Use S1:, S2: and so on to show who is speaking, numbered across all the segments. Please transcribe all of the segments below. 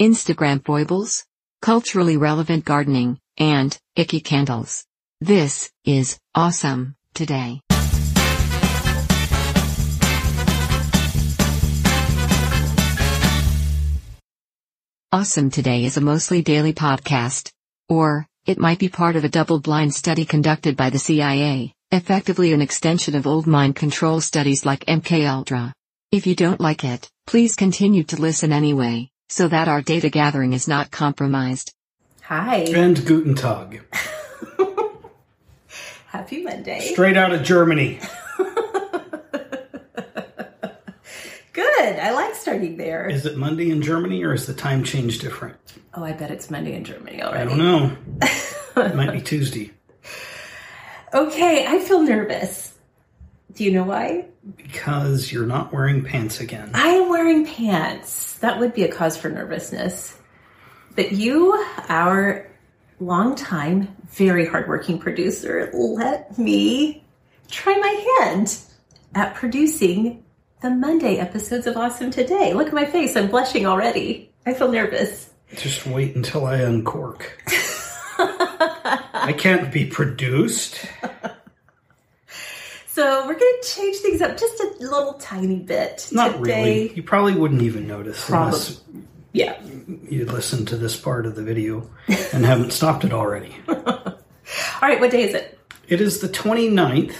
S1: Instagram foibles, culturally relevant gardening, and icky candles. This is awesome today. Awesome Today is a mostly daily podcast. Or, it might be part of a double blind study conducted by the CIA, effectively an extension of old mind control studies like MKUltra. If you don't like it, please continue to listen anyway, so that our data gathering is not compromised.
S2: Hi.
S3: And Guten Tag.
S2: Happy Monday.
S3: Straight out of Germany.
S2: Good. I like starting there.
S3: Is it Monday in Germany or is the time change different?
S2: oh, I bet it's Monday in Germany already.
S3: I don't know. It might be Tuesday
S2: Okay, I feel nervous. Do you know why?
S3: because you're not wearing pants again.
S2: I am wearing pants. That would be a cause for nervousness. But you, our longtime, very hardworking producer, let me try my hand at producing the Monday episodes of Awesome Today. Look at my face. I'm blushing already. I feel nervous.
S3: Just wait until I uncork. I can't be produced.
S2: So we're going to change things up just a little tiny bit
S3: Not
S2: today.
S3: really. You probably wouldn't even notice unless
S2: Yeah.
S3: you listened to this part of the video and haven't stopped it already.
S2: All right, what day is it?
S3: It is the 29th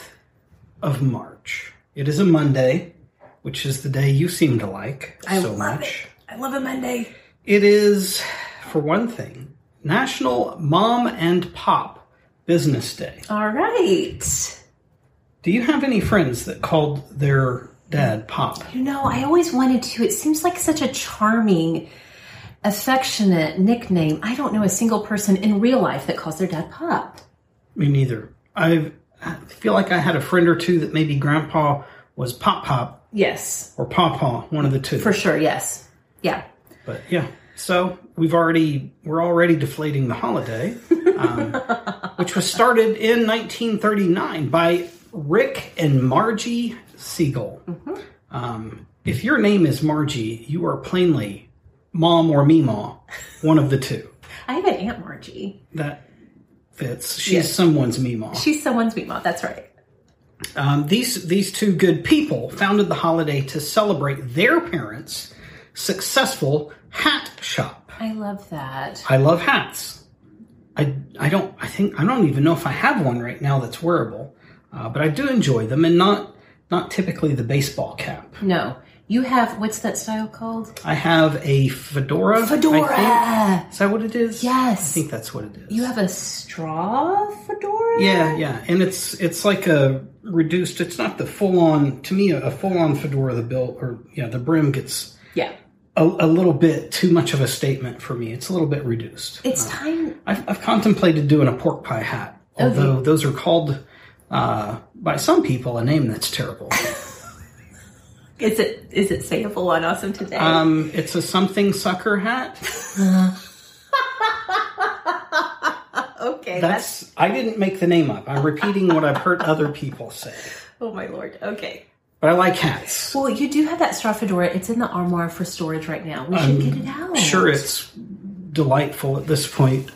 S3: of March. It is a Monday, which is the day you seem to like
S2: I
S3: so
S2: love
S3: much.
S2: it. I love a Monday.
S3: It is, for one thing, National Mom and Pop Business Day.
S2: All right.
S3: Do you have any friends that called their dad Pop?
S2: You know, I always wanted to. It seems like such a charming, affectionate nickname. I don't know a single person in real life that calls their dad Pop.
S3: Me neither. I've, I feel like I had a friend or two that maybe Grandpa was Pop Pop
S2: Yes.
S3: or Pawpaw, one of the two.
S2: For sure, yes. Yeah.
S3: But yeah, so we've already we're already deflating the holiday, um, which was started in 1939 by Rick and Margie Siegel. Um, if your name is Margie, you are plainly mom or mima, one of the two.
S2: I have an Aunt Margie.
S3: That fits. She's someone's mima.
S2: She's someone's meatball. That's right.
S3: Um, these these two good people founded the holiday to celebrate their parents' successful hat shop.
S2: I love that.
S3: I love hats. I I don't I think I don't even know if I have one right now that's wearable, uh, but I do enjoy them and not not typically the baseball cap.
S2: No. You have, what's that style called?
S3: I have a fedora. I
S2: Fedora!
S3: think. Is that what it is?
S2: Yes.
S3: I think that's what it is.
S2: You have a straw fedora?
S3: Yeah, yeah, and it's it's like a reduced. It's not the full on to me a full on fedora. The bill or yeah, the brim gets
S2: Yeah.
S3: a, a little bit too much of a statement for me. It's a little bit reduced.
S2: It's time.
S3: I've, I've contemplated doing a pork pie hat, although those are called uh, by some people a name that's terrible.
S2: Is it is it sayable on Awesome Today?
S3: Um, it's a something sucker hat.
S2: okay, that's,
S3: That's I didn't make the name up. I'm repeating what I've heard other people say.
S2: oh my lord. Okay.
S3: But I like hats.
S2: Well, you do have that straw fedora. It's in the armoire for storage right now. We should get it out.
S3: Um, Sure, it's delightful at this point.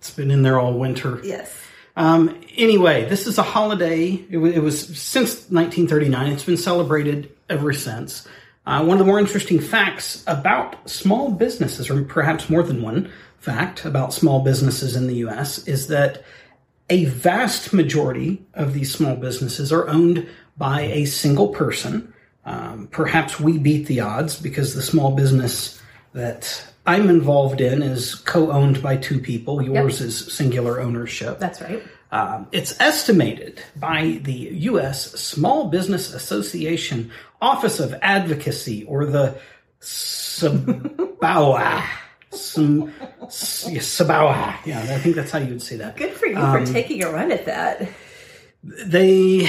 S3: It's been in there all winter.
S2: Yes.
S3: Um, anyway, this is a holiday. It, wa- it was since 1939. It's been celebrated ever since. Uh, one of the more interesting facts about small businesses, or perhaps more than one fact about small businesses in the U.S., is that a vast majority of these small businesses are owned by a single person. Um, perhaps we beat the odds because the small business that I'm involved in is co owned by two people. Yours is singular ownership.
S2: That's right.
S3: Um, it's estimated by the U.S. Small Business Association Office of Advocacy, or the SBAWA. Some S- yeah, SBAWA. Yeah, I think that's how you would say that.
S2: Good for you
S3: Um,
S2: for taking a run at that.
S3: They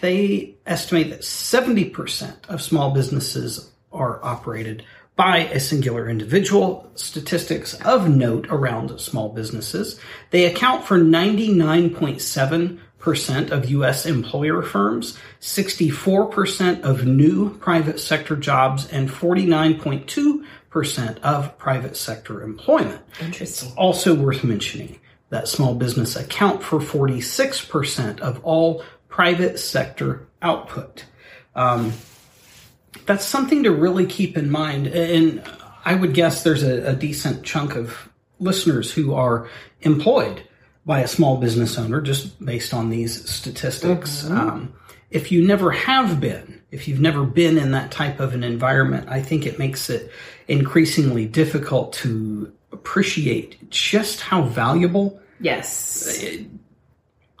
S3: they estimate that seventy percent of small businesses are operated by a singular individual. Statistics of note around small businesses. They account for ninety nine point seven percent of U.S. employer firms, sixty four percent of new private sector jobs, and forty nine point two percent of private sector employment
S2: Interesting.
S3: also worth mentioning that small business account for 46% of all private sector output. Um, that's something to really keep in mind. And I would guess there's a, a decent chunk of listeners who are employed by a small business owner just based on these statistics. Um, if you never have been, if you've never been in that type of an environment, I think it makes it increasingly difficult to appreciate just how valuable
S2: Yes.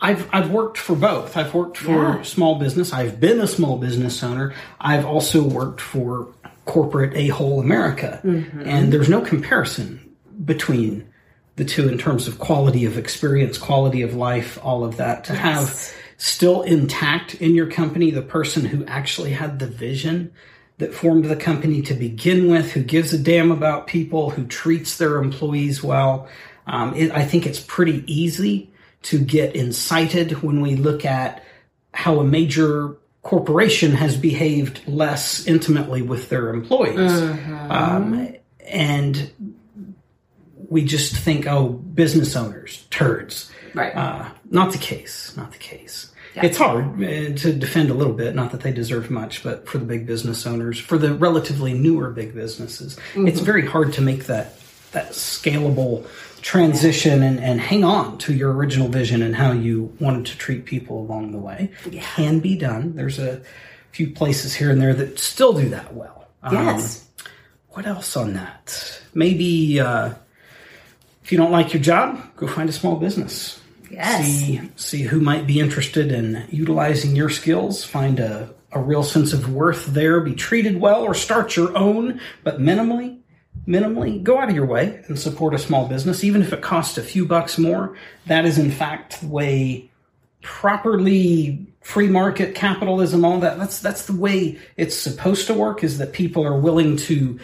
S3: I've I've worked for both. I've worked for
S2: Yeah.
S3: small business. I've been a small business owner. I've also worked for corporate a whole America, and there's no comparison between the two in terms of quality of experience, quality of life, all of that. To have still intact in your company the person who actually had the vision that formed the company to begin with, who gives a damn about people, who treats their employees well. Um, it, I think it's pretty easy to get incited when we look at how a major corporation has behaved less intimately with their employees. Um, and we just think, oh, business owners, turds.
S2: Right.
S3: Uh, not the case. Not the case. It's hard uh, to defend a little bit. Not that they deserve much, but for the big business owners, for the relatively newer big businesses, it's very hard to make that that scalable transition and, and hang on to your original vision and how you wanted to treat people along the way. It can be done. There's a few places here and there that still do that well. Um,
S2: yes.
S3: what else on that? Maybe uh, if you don't like your job, go find a small business.
S2: Yes.
S3: See, see who might be interested in utilizing your skills. Find a, a real sense of worth there. Be treated well or start your own, but minimally, minimally go out of your way and support a small business, even if it costs a few bucks more. That is, in fact, the way properly free market capitalism, all that, that's, that's the way it's supposed to work is that people are willing to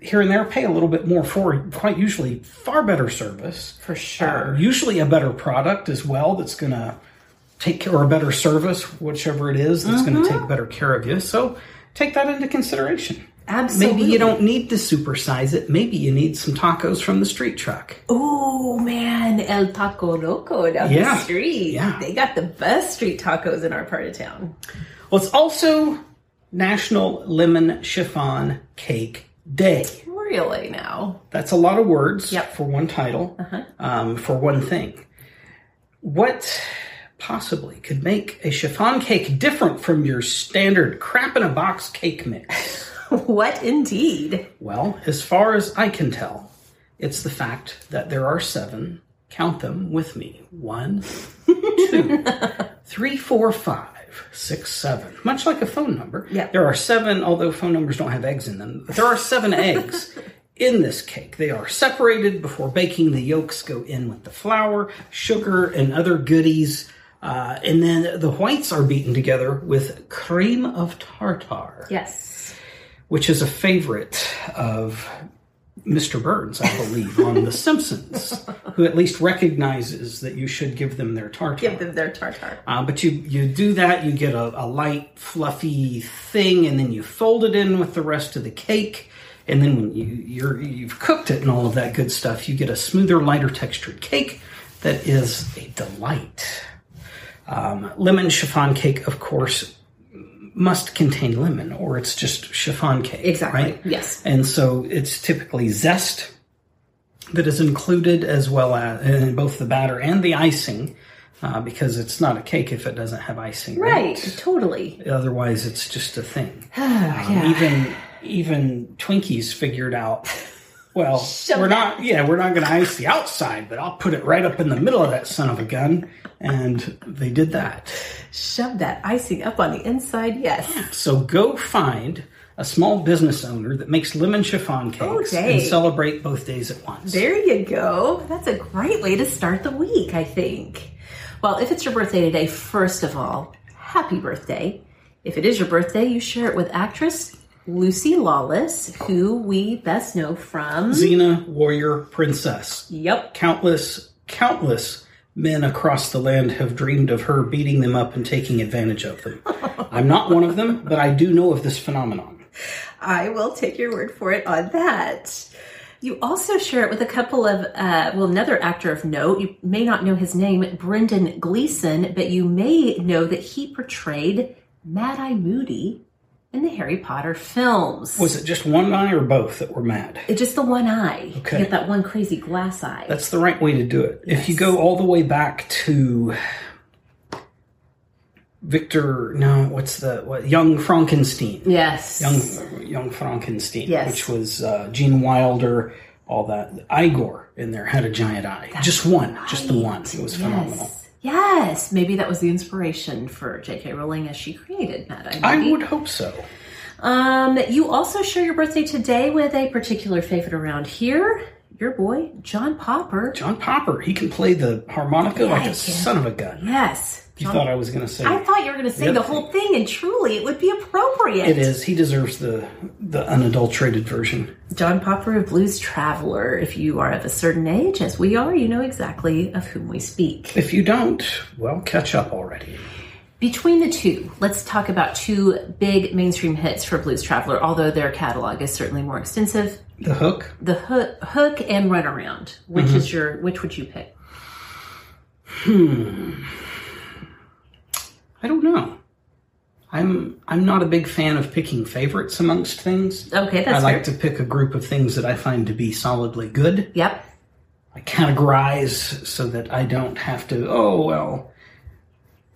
S3: here and there pay a little bit more for quite usually far better service Uh,
S2: for sure.
S3: usually a better product as well that's going to take care or a better service whichever it is that's going
S2: Mm-hmm.
S3: to take better care of you so take that into consideration
S2: Absolutely.
S3: maybe you don't need to supersize it maybe you need some tacos from the street truck
S2: Oh man, El Taco Loco down
S3: Yeah.
S2: the street.
S3: Yeah.
S2: They got the best street tacos in our part of town.
S3: well it's also national lemon chiffon cake day
S2: Really now.
S3: That's a lot of words
S2: Yep.
S3: for one title, um, for one thing. What possibly could make a chiffon cake different from your standard crap in a box cake mix?
S2: What indeed?
S3: well, as far as I can tell, it's the fact that there are seven. Count them with me. One, two, three, four, five, six, seven. Much like a phone number.
S2: Yeah.
S3: There are seven, although phone numbers don't have eggs in them, there are seven eggs in this cake. They are separated before baking. The yolks go in with the flour, sugar, and other goodies. Uh, and then the whites are beaten together with cream of tartar,
S2: Yes.
S3: which is a favorite of Mr. Burns, I believe, on The Simpsons, who at least recognizes that you should give them their tartar.
S2: Give them their tartar.
S3: Uh, but you you do that, you get a, a light, fluffy thing, and then you fold it in with the rest of the cake. And then when you you're, you've cooked it and all of that good stuff, you get a smoother, lighter textured cake that is a delight. Um, lemon chiffon cake, of course, must contain lemon, or it's just chiffon cake.
S2: Exactly.
S3: Right?
S2: Yes.
S3: And so it's typically zest that is included as well as in both the batter and the icing, uh, because it's not a cake if it doesn't have icing.
S2: Right. Totally.
S3: Otherwise, it's just a thing. Um, Even even Twinkies figured out. Well, we're not. Yeah, we're not going to ice the outside, but I'll put it right up in the middle of that son of a gun, and they did that.
S2: Shove that icing up on the inside. Yes.
S3: So go find a small business owner that makes lemon chiffon cakes
S2: Oh, dang.
S3: and celebrate both days at once.
S2: There you go. That's a great way to start the week, I think. Well, if it's your birthday today, first of all, happy birthday. If it is your birthday, you share it with actress Lucy Lawless, who we best know from.
S3: Xena, warrior, princess.
S2: Yep.
S3: Countless, countless men across the land have dreamed of her beating them up and taking advantage of them. I'm not one of them, but I do know of this phenomenon.
S2: I will take your word for it on that. You also share it with a couple of, uh, well, another actor of note. You may not know his name, Brendan Gleeson, but you may know that he portrayed Mad Eye Moody in the Harry Potter films.
S3: Was it just one eye or both that were mad?
S2: It's just the one eye.
S3: Okay.
S2: You get that one crazy glass eye.
S3: That's the right way to do it. If you go all the way back to Victor, no, what's the what, young Frankenstein?
S2: yes.
S3: Young, young Frankenstein,
S2: Yes.
S3: which was uh, Gene Wilder, all that. Igor in there had a giant eye. just one, just the one. It was phenomenal.
S2: Yes. Yes. Maybe that was the inspiration for J.K. Rowling as she created Mad Eye.
S3: I
S2: Moody.
S3: would hope so.
S2: Um, you also share your birthday today with a particular favorite around here. Your boy, John Popper.
S3: John Popper, he can play the harmonica like a son of a gun.
S2: Yes.
S3: You thought I was going to say
S2: I thought you were going to say
S3: Yep.
S2: the whole thing, and truly, it would be appropriate.
S3: it is. He deserves the the unadulterated version.
S2: John Popper of Blues Traveler. If you are of a certain age, as we are, you know exactly of whom we speak.
S3: If you don't, well, catch up already.
S2: Between the two, let's talk about two big mainstream hits for Blues Traveler, although their catalog is certainly more extensive.
S3: The hook.
S2: The hook, hook and runaround. Which
S3: Mm-hmm.
S2: is your which would you pick?
S3: I don't know. I'm I'm not a big fan of picking favorites amongst things.
S2: Okay, that's
S3: I like
S2: fair.
S3: to pick a group of things that I find to be solidly good.
S2: Yep.
S3: I categorize so that I don't have to. Oh well,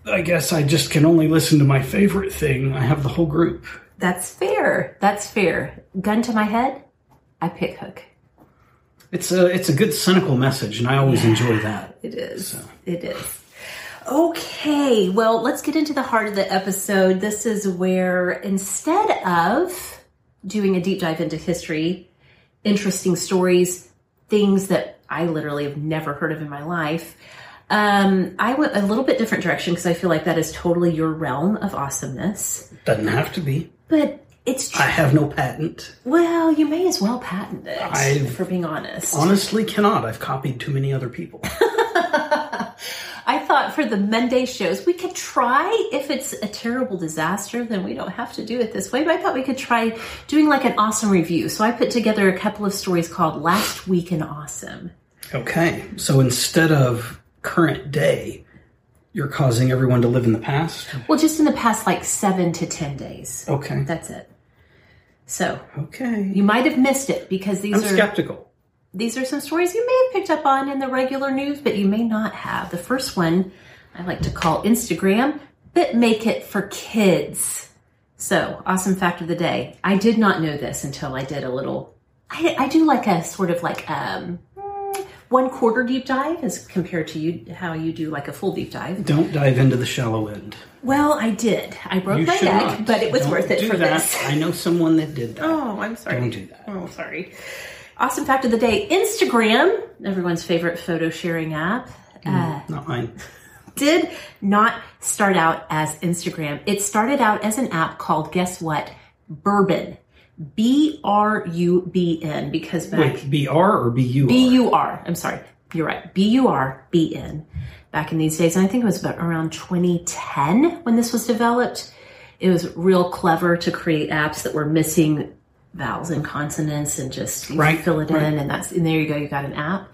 S3: I guess I just can only listen to my favorite thing. I have the whole group.
S2: That's fair. That's fair. Gun to my head, I pick hook.
S3: It's a it's a good cynical message, and I always enjoy that.
S2: It is. It is. Okay, well, let's get into the heart of the episode. This is where instead of doing a deep dive into history, interesting stories, things that I literally have never heard of in my life, um, I went a little bit different direction because I feel like that is totally your realm of awesomeness.
S3: Doesn't have to be.
S2: But it's true.
S3: I have no patent.
S2: well, you may as well patent it,
S3: I've-
S2: for being honest.
S3: Honestly, cannot. I've copied too many other people.
S2: I thought for the Monday shows, we could try if it's a terrible disaster, then we don't have to do it this way. But I thought we could try doing like an awesome review. So I put together a couple of stories called Last Week in Awesome.
S3: Okay, so instead of current day, you're causing everyone to live in the past?
S2: Well, just in the past like seven to 10 days.
S3: Okay.
S2: That's it. So
S3: Okay.
S2: you might have missed it because these
S3: I'm
S2: are
S3: skeptical.
S2: these are some stories you may have picked up on in the regular news, but you may not have. The first one I like to call Instagram, but make it for kids. So, awesome fact of the day. I did not know this until I did a little. I, I do like a sort of like um, one quarter deep dive as compared to you how you do like a full deep dive.
S3: Don't dive into the shallow end.
S2: Well, I did. I broke
S3: You
S2: my
S3: should
S2: neck,
S3: not.
S2: but it was
S3: Don't
S2: worth it
S3: do
S2: for
S3: that.
S2: this.
S3: I know someone that did that.
S2: Oh, I'm sorry.
S3: Don't do that.
S2: Oh, sorry. Awesome fact of the day Instagram, everyone's favorite photo sharing app. Uh,
S3: Not mine.
S2: did not start out as Instagram. It started out as an app called, guess what? Bourbon. B R U B N, because back.
S3: Wait, B R or B U?
S2: B U R. I'm sorry. You're right. B U R B N. Back in these days, and I think it was about around 2010 when this was developed. It was real clever to create apps that were missing vowels and consonants and just you
S3: Right,
S2: fill it
S3: right.
S2: in, and that's and there you go. You got an app.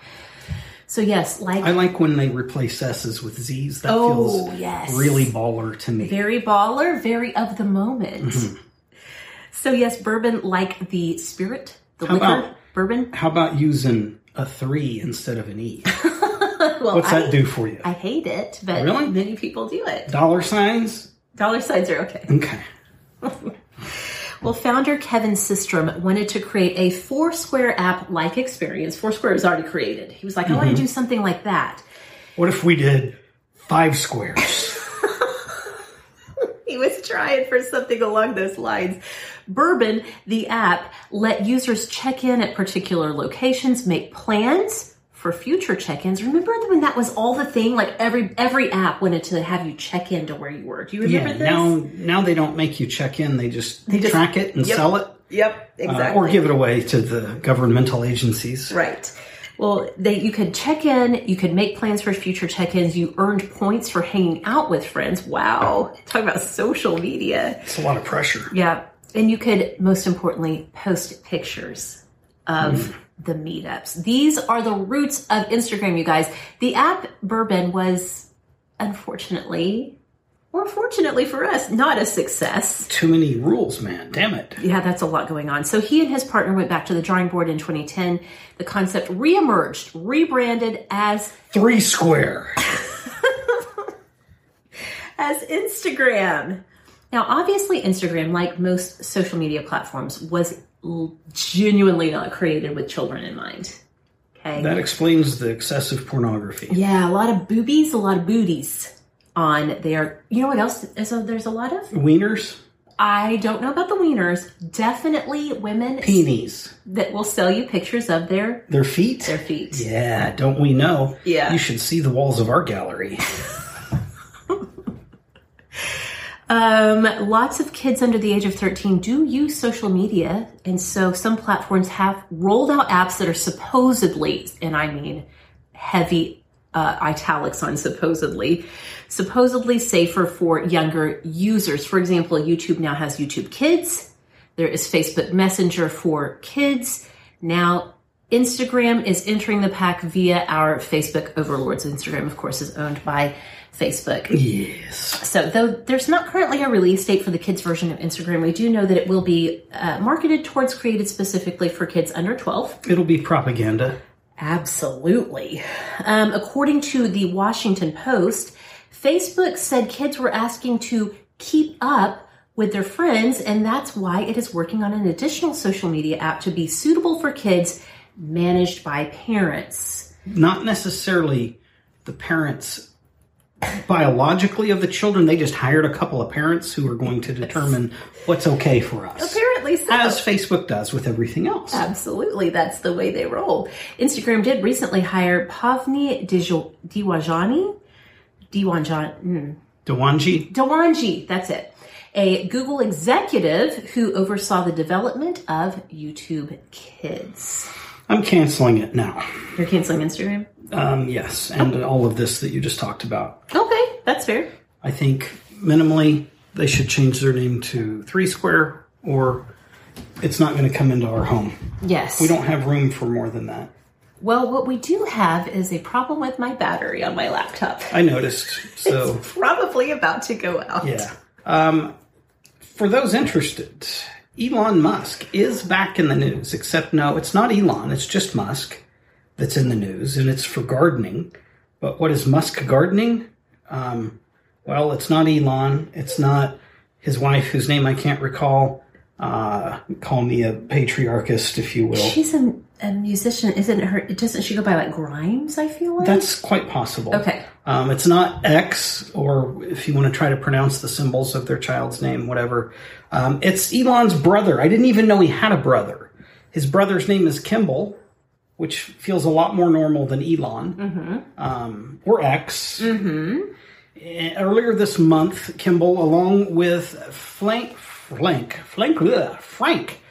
S2: So yes, like
S3: I like when they replace S's with Z's. That
S2: Oh,
S3: feels
S2: yes.
S3: really baller to me.
S2: Very baller, very of the moment.
S3: Mm-hmm.
S2: So yes, bourbon like the spirit, the
S3: How
S2: liquor,
S3: about-
S2: bourbon.
S3: How about using a three instead of an E?
S2: Well,
S3: What's
S2: I,
S3: that do for you?
S2: I hate it, but
S3: Really?
S2: many people do it.
S3: Dollar signs?
S2: Dollar signs are okay.
S3: Okay.
S2: Well, founder Kevin Systrom wanted to create a Foursquare app like experience. Foursquare was already created. He was like, I want
S3: Mm-hmm.
S2: to do something like that.
S3: What if we did five squares?
S2: He was trying for something along those lines. Bourbon, the app, let users check in at particular locations, make plans for future check-ins. Remember when that was all the thing? Like every every app wanted to have you check in to where you were. Do you remember this?
S3: yeah. Now, now they don't make you check in. They just
S2: just-
S3: track it and
S2: Yep.
S3: sell it,
S2: Yep,
S3: uh, or give it away to the governmental agencies.
S2: Right. Well, they, you could check in, you could make plans for future check ins, you earned points for hanging out with friends. Wow. Talk about social media.
S3: It's a lot of pressure.
S2: Yeah. And you could, most importantly, post pictures of the meetups. These are the roots of Instagram, you guys. The app Bourbon was, unfortunately, or fortunately for us, not a success.
S3: Too many rules, man. Damn it.
S2: Yeah, that's a lot going on. So he and his partner went back to the drawing board in 2010. The concept reemerged, rebranded as
S3: Three square.
S2: as Instagram. Now, obviously, Instagram, like most social media platforms, was l- genuinely not created with children in mind. Okay.
S3: That explains the excessive pornography.
S2: yeah, a lot of boobies, a lot of booties on there. You know what else? So there's a lot of.
S3: Wieners?
S2: I don't know about the wieners. Definitely women
S3: Peenies.
S2: that will sell you pictures of their
S3: Their feet?
S2: their feet.
S3: Yeah, don't we know?
S2: Yeah.
S3: You should see the walls of our gallery.
S2: Um, lots of kids under the age of 13 do use social media, and so some platforms have rolled out apps that are supposedly, and I mean heavy uh, italics on supposedly, supposedly safer for younger users. For example, YouTube now has YouTube Kids. There is Facebook Messenger for kids. Now, Instagram is entering the pack via our Facebook overlords. Instagram, of course, is owned by Facebook.
S3: yes.
S2: So, though there's not currently a release date for the kids' version of Instagram, we do know that it will be uh, marketed towards created specifically for kids under 12.
S3: It'll be propaganda.
S2: Absolutely. Um, according to the Washington Post, Facebook said kids were asking to keep up with their friends, and that's why it is working on an additional social media app to be suitable for kids managed by parents.
S3: Not necessarily the parents biologically of the children. They just hired a couple of parents who are going to determine what's okay for us.
S2: Apparently, so.
S3: As Facebook does with everything else.
S2: Absolutely, that's the way they roll. Instagram did recently hire Pavni Dijo- Diwajani, Diwanjan, mm,
S3: Dewanji?
S2: Diwanji, that's it, a Google executive who oversaw the development of YouTube Kids.
S3: I'm canceling it now.
S2: You're canceling Instagram?
S3: Um, yes, and all of this that you just talked about.
S2: Okay, that's fair.
S3: I think minimally they should change their name to Three Square, or it's not going to come into our home.
S2: Yes.
S3: We don't have room for more than that.
S2: well, what we do have is a problem with my battery on my laptop.
S3: I noticed. So
S2: Probably about to go out.
S3: yeah. Um, for those interested, Elon Musk is back in the news. Except no, it's not Elon. It's just Musk that's in the news, and it's for gardening. But what is Musk gardening? Um, well, it's not Elon. It's not his wife, whose name I can't recall. Uh, call me a patriarchist, if you will.
S2: She's a, a musician, isn't her? Doesn't she go by like Grimes? I feel like
S3: That's quite possible.
S2: Okay.
S3: Um, it's not X, or if you want to try to pronounce the symbols of their child's name, whatever. Um, it's Elon's brother. I didn't even know he had a brother. His brother's name is Kimball, which feels a lot more normal than Elon um, or X. Mm-hmm. Eh, Earlier this month, Kimball, along with Flank, Flank, Flank, bleh, Frank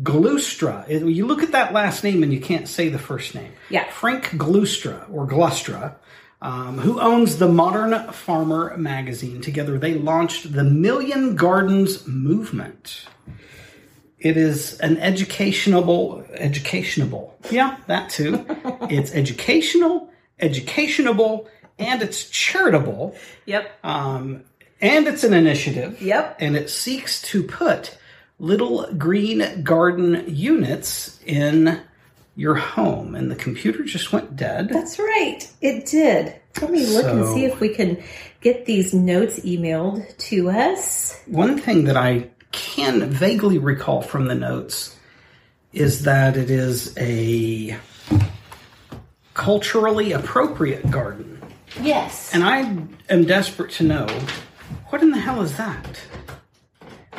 S3: Glustra. It- You look at that last name and you can't say the first name.
S2: Yeah.
S3: Frank Glustra or Glustra, um, who owns the Modern Farmer magazine. Together, they launched the Million Gardens movement. It is an educationable, educationable. Yeah, that too. it's educational, educationable, and it's charitable.
S2: Yep.
S3: Um, and it's an initiative.
S2: Yep.
S3: And it seeks to put little green garden units in your home. And the computer just went dead.
S2: That's right. It did. Let me look and
S3: So-
S2: see if we can get these notes emailed to us.
S3: One thing that I can vaguely recall from the notes is that it is a culturally appropriate garden.
S2: Yes.
S3: And I am desperate to know what in the hell is that?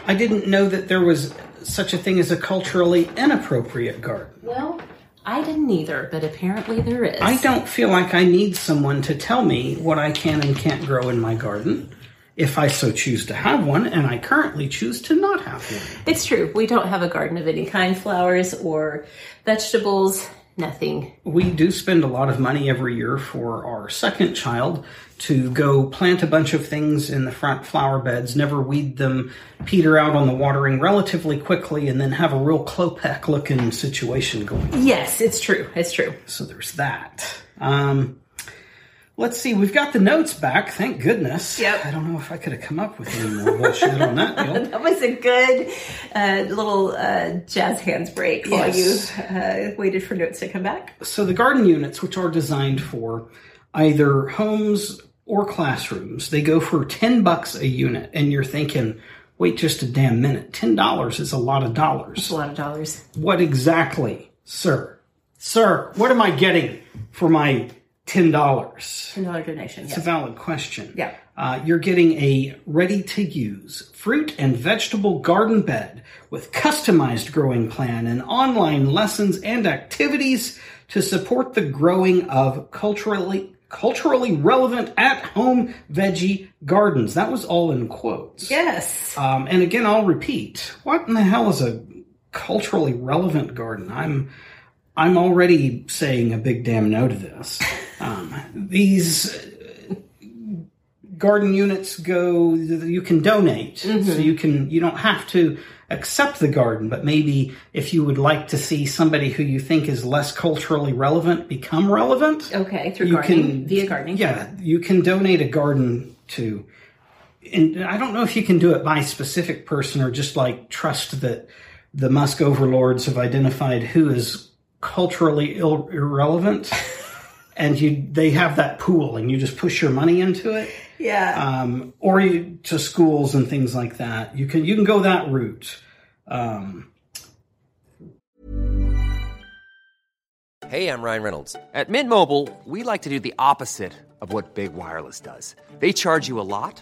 S3: I didn't know that there was such a thing as a culturally inappropriate garden.
S2: Well, I didn't either, but apparently there is.
S3: I don't feel like I need someone to tell me what I can and can't grow in my garden if I so choose to have one, and I currently choose to not have one.
S2: It's true. We don't have a garden of any kind, flowers or vegetables, nothing.
S3: We do spend a lot of money every year for our second child to go plant a bunch of things in the front flower beds, never weed them, peter out on the watering relatively quickly, and then have a real Klopek looking situation going
S2: Yes, it's true. It's true.
S3: So there's that. Um, let's see. We've got the notes back. Thank goodness.
S2: Yep.
S3: I don't know if I could have come up with any more bullshit on that deal.
S2: That was a good uh, little uh, jazz hands break
S3: Yes.
S2: while you uh, waited for notes to come back.
S3: So the garden units, which are designed for either homes or classrooms, they go for ten bucks a unit, and you're thinking. Wait just a damn minute. Ten dollars is a lot of dollars.
S2: A lot of dollars.
S3: What exactly, sir? Sir, what am I getting for my ten dollars?
S2: Ten dollar donation.
S3: It's a valid question.
S2: Yeah.
S3: Uh, you're getting a ready to use fruit and vegetable garden bed with customized growing plan and online lessons and activities to support the growing of culturally culturally relevant at home veggie gardens. That was all in quotes.
S2: Yes.
S3: Um, and again, I'll repeat: what in the hell is a culturally relevant garden? I'm I'm already saying a big damn no to this. Um, these uh, garden units go; you can donate, so you can you don't have to accept the garden, but maybe if you would like to see somebody who you think is less culturally relevant become relevant,
S2: Okay, through gardening, via gardening.
S3: yeah, you can donate a garden to. And I don't know if you can do it by specific person or just like trust that the Musk overlords have identified who is culturally Ill- irrelevant, and you they have that pool and you just push your money into it,
S2: Yeah.
S3: um, or you to schools and things like that. You can you can go that route. Um,
S4: Hey, I'm Ryan Reynolds. At Mint Mobile, we like to do the opposite of what Big Wireless does. They charge you a lot,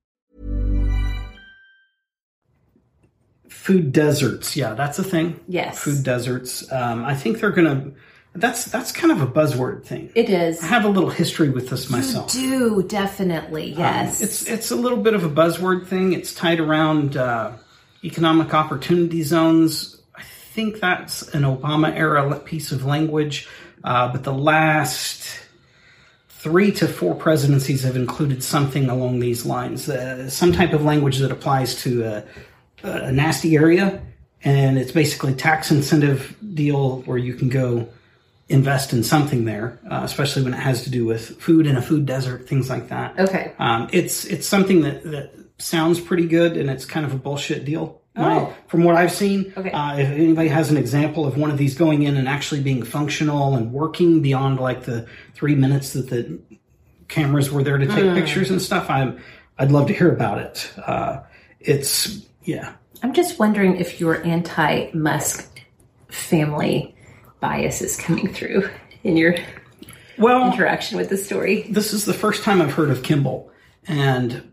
S3: food deserts, yeah, that's a thing.
S2: yes.
S3: Food deserts. Um, I think they're gonna. That's that's kind of a buzzword thing.
S2: it is.
S3: I have a little history with this myself.
S2: Do definitely. Yes.
S3: Um, It's it's a little bit of a buzzword thing. It's tied around uh, economic opportunity zones. I think that's an Obama era piece of language, uh, but the last three to four presidencies have included something along these lines, uh, some type of language that applies to a, a nasty area and it's basically tax incentive deal where you can go invest in something there, uh, especially when it has to do with food in a food desert, things like that.
S2: Okay.
S3: Um, it's it's something that that sounds pretty good, and it's kind of a bullshit deal. My- from what I've seen,
S2: Okay.
S3: uh, if anybody has an example of one of these going in and actually being functional and working beyond like the three minutes that the cameras were there to take pictures and stuff, I'm I'd love to hear about it. Uh, it's yeah,
S2: I'm just wondering if your anti Musk family bias is coming through in your
S3: well,
S2: interaction with the story.
S3: this is the first time I've heard of Kimball, and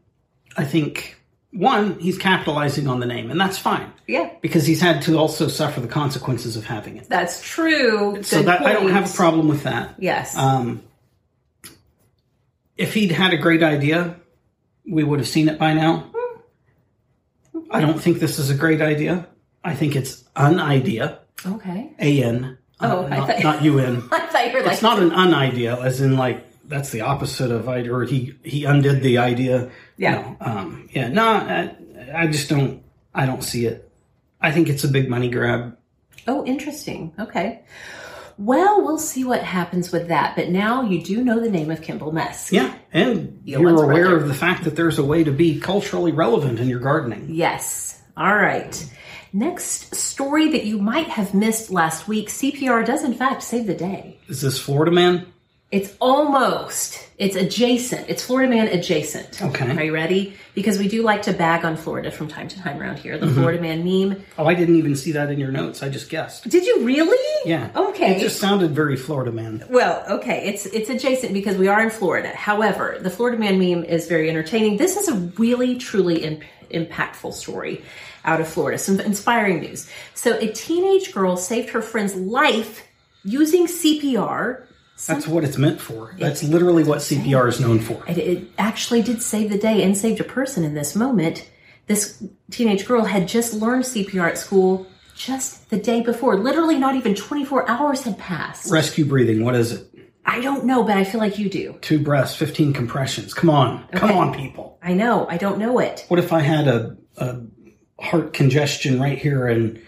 S3: I think one he's capitalizing on the name, and that's fine
S2: Yeah,
S3: because he's had to also suffer the consequences of having it.
S2: that's true.
S3: so
S2: Good
S3: that I don't
S2: point.
S3: have a problem with that.
S2: Yes.
S3: Um, if he'd had a great idea, we would have seen it by now.
S2: Hmm.
S3: I don't think this is a great idea. I think it's an idea.
S2: okay.
S3: A N. uh,
S2: Oh, I
S3: not,
S2: thought-
S3: not U N.
S2: I thought you were like,
S3: It's not an unidea, as in like that's the opposite of idea, or he he undid the idea.
S2: Yeah.
S3: No, um, yeah. No, I, I just don't. I don't see it. I think it's a big money grab.
S2: oh, interesting. Okay. Well, we'll see what happens with that. But now you do know the name of Kimball Musk.
S3: Yeah, and
S2: Yeah,
S3: you're
S2: one's
S3: aware
S2: brother.
S3: of the fact that there's a way to be culturally relevant in your gardening.
S2: Yes. All right. Next story that you might have missed last week CPR does, in fact, save the day.
S3: Is this Florida man?
S2: It's almost, it's adjacent. It's Florida Man adjacent.
S3: Okay.
S2: Are you ready? Because we do like to bag on Florida from time to time around
S3: Mm-hmm.
S2: here. The Florida Man meme.
S3: Oh, I didn't even see that in your notes. I just guessed.
S2: Did you really?
S3: Yeah.
S2: Okay.
S3: It just sounded very Florida man.
S2: Well, okay, it's it's adjacent because we are in Florida. However, the Florida Man meme is very entertaining. This is a really truly imp- impactful story out of Florida. Some inspiring news. So, a teenage girl saved her friend's life using CPR.
S3: That's what it's meant for. That's literally what CPR is known for.
S2: It, it actually did save the day and saved a person in this moment. This teenage girl had just learned CPR at school just the day before. Literally, not even 24 hours had passed.
S3: Rescue breathing. What is it?
S2: I don't know, but I feel like you do.
S3: Two breaths, 15 compressions. Come on. Come on, people.
S2: I know. I don't know it.
S3: What if I had a, a heart congestion right here and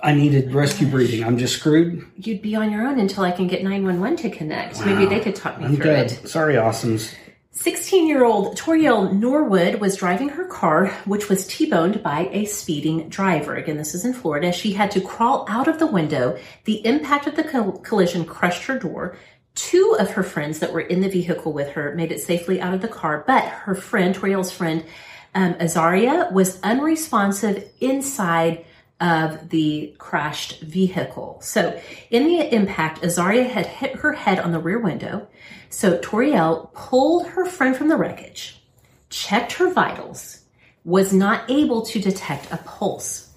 S3: I needed
S2: Oh
S3: rescue breathing? I'm just screwed.
S2: you'd be on your own until I can get 911 to connect. Maybe they could talk me
S3: I'm
S2: through
S3: dead.
S2: it.
S3: Sorry, Awesomes.
S2: 16 year old Toriel Norwood was driving her car, which was T boned by a speeding driver. Again, this is in Florida. She had to crawl out of the window. The impact of the col- collision crushed her door. Two of her friends that were in the vehicle with her made it safely out of the car, but her friend, Toriel's friend, um, Azaria, was unresponsive inside of the crashed vehicle. So, in the impact, Azaria had hit her head on the rear window. So, Toriel pulled her friend from the wreckage, checked her vitals, was not able to detect a pulse.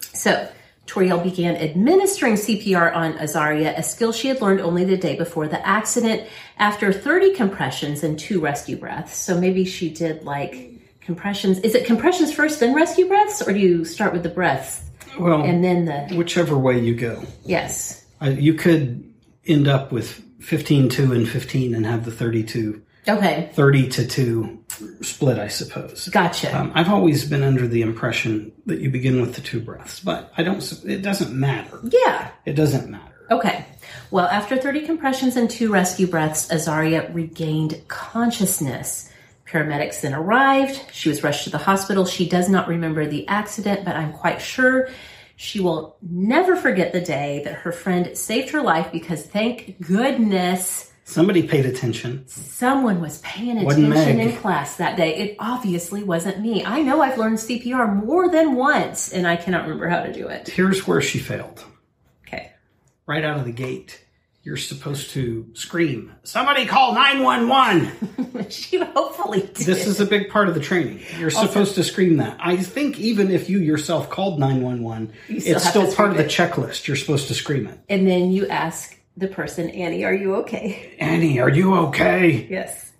S2: So, Toriel began administering CPR on Azaria, a skill she had learned only the day before the accident, after 30 compressions and two rescue breaths. So, maybe she did like compressions. Is it compressions first, then rescue breaths, or do you start with the breaths?
S3: Well,
S2: and then the
S3: whichever way you go,
S2: yes
S3: I, you could end up with 15 2 and 15 and have the 32,
S2: okay
S3: 30 to 2 split, I suppose.
S2: gotcha
S3: Um, I've always been under the impression that you begin with the two breaths, but I don't. s- It doesn't matter.
S2: yeah
S3: It doesn't matter.
S2: okay well after 30 compressions and two rescue breaths azaria regained consciousness paramedics then arrived she was rushed to the hospital she does not remember the accident but i'm quite sure she will never forget the day that her friend saved her life because thank goodness
S3: Somebody paid attention.
S2: someone was paying
S3: Wasn't
S2: attention
S3: Meg.
S2: in class that day. It obviously wasn't me. I know I've learned CPR more than once and I cannot remember how to do it.
S3: Here's where she failed.
S2: Okay.
S3: Right out of the gate, you're supposed to scream, "Somebody call 911!"
S2: she hopefully did.
S3: This is a big part of the training. You're supposed to scream that. I think even if you yourself called 911,
S2: still
S3: it's
S2: have
S3: still
S2: to
S3: part of the
S2: scream
S3: checklist. You're supposed to scream it.
S2: and then you ask the person, Annie, are you okay?
S3: Annie, are you okay?
S2: Yes.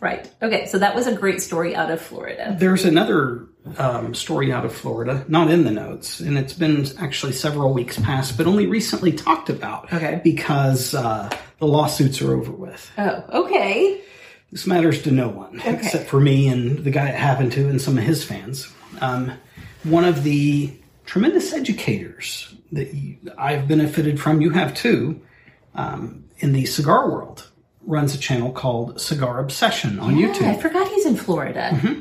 S2: Right. Okay. So that was a great story out of Florida.
S3: There's another um, story out of Florida, not in the notes, and it's been actually several weeks past, but only recently talked about.
S2: Okay.
S3: Because uh, the lawsuits are over with.
S2: Oh, okay.
S3: This matters to no one except for me and the guy it happened to and some of his fans. Um, one of the tremendous educators that you, I've benefited from. You have too. Um, in the cigar world, runs a channel called Cigar Obsession on
S2: Yeah,
S3: YouTube.
S2: I forgot he's in Florida.
S3: Mm-hmm.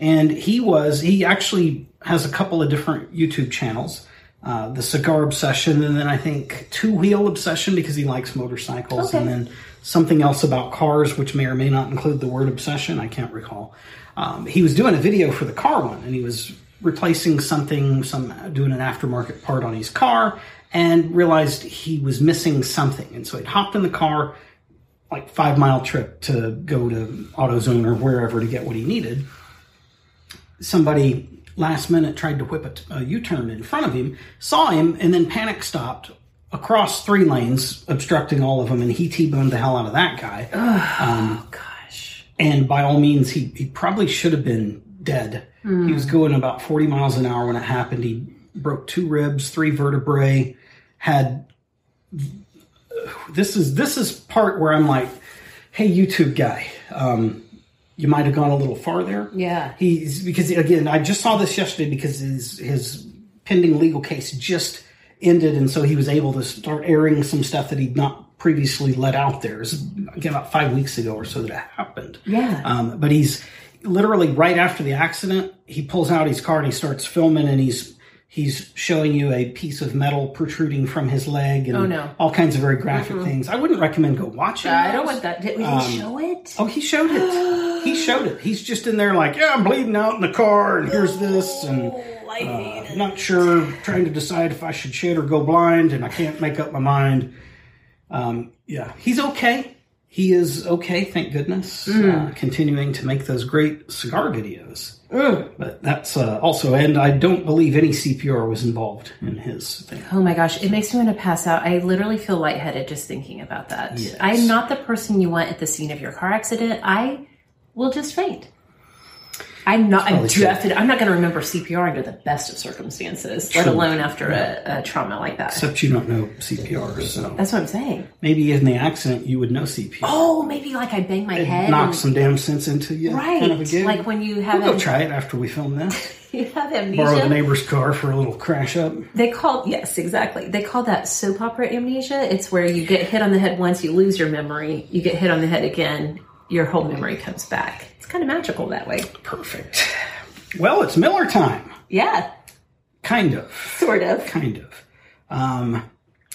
S3: and he was he actually has a couple of different youtube channels uh, the cigar obsession and then i think two wheel obsession because he likes motorcycles and
S2: Okay.
S3: then something else about cars which may or may not include the word obsession i can't recall um, he was doing a video for the car one and he was replacing something some doing an aftermarket part on his car and realized he was missing something and so he hopped in the car like five mile trip to go to AutoZone or wherever to get what he needed. Somebody last minute tried to whip a t- a U-turn in front of him, saw him, and then panic stopped across three lanes, obstructing all of them, and he T-boned the hell out of that guy. Um,
S2: Oh, gosh.
S3: And by all means, he, he probably should have been dead. He
S2: Hmm.
S3: was going about 40 miles an hour when it happened. He broke two ribs, three vertebrae, had this is this is part where I'm like, hey YouTube guy, um, you might have gone a little far there.
S2: Yeah.
S3: He's because again, I just saw this yesterday because his his pending legal case just ended, and so he was able to start airing some stuff that he'd not previously let out there. It was, again, about five weeks ago or so that it happened.
S2: Yeah.
S3: Um, but he's literally right after the accident, he pulls out his car and he starts filming, and he's he's showing you a piece of metal protruding from his leg and
S2: Oh, no. Mm-hmm.
S3: all kinds of very graphic things. I wouldn't recommend go watching.
S2: I
S3: those.
S2: don't want that. Did, did he show it?
S3: Oh, he showed it. he showed it. He's just in there like, yeah, I'm bleeding out in the car, and here's this, and uh, not sure, trying to decide if I should shit or go blind, and I can't make up my mind. Um, yeah, he's okay. He is okay, thank goodness. Uh,
S2: Mm.
S3: continuing to make those great cigar videos.
S2: Mm.
S3: But that's uh, also, and I don't believe any CPR was involved in his thing.
S2: Oh my gosh, it makes me want to pass out. I literally feel lightheaded just thinking about that. I'm not the person you want at the scene of your car accident. I will just faint. I'm not. I'm drafted. I'm not going to remember CPR under the best of circumstances, let alone after a, a trauma like that.
S3: Except you don't know CPR, so
S2: That's what I'm saying.
S3: maybe in the accident you would know CPR.
S2: Oh, maybe like I bang my head.
S3: knock
S2: and-
S3: some damn sense into you.
S2: Right,
S3: Kind of a gig.
S2: like when you have
S3: We'll
S2: an-
S3: go try it after we film this.
S2: you have
S3: Borrow the
S2: amnesia.
S3: neighbor's car for a little crash up.
S2: They call yes, exactly. They call that soap opera amnesia. It's where you get hit on the head once, you lose your memory, you get hit on the head again, your whole memory comes back. It's kind of magical that way.
S3: Perfect. Well, it's Miller time.
S2: Yeah,
S3: Kind of.
S2: sort of.
S3: Kind of. Um,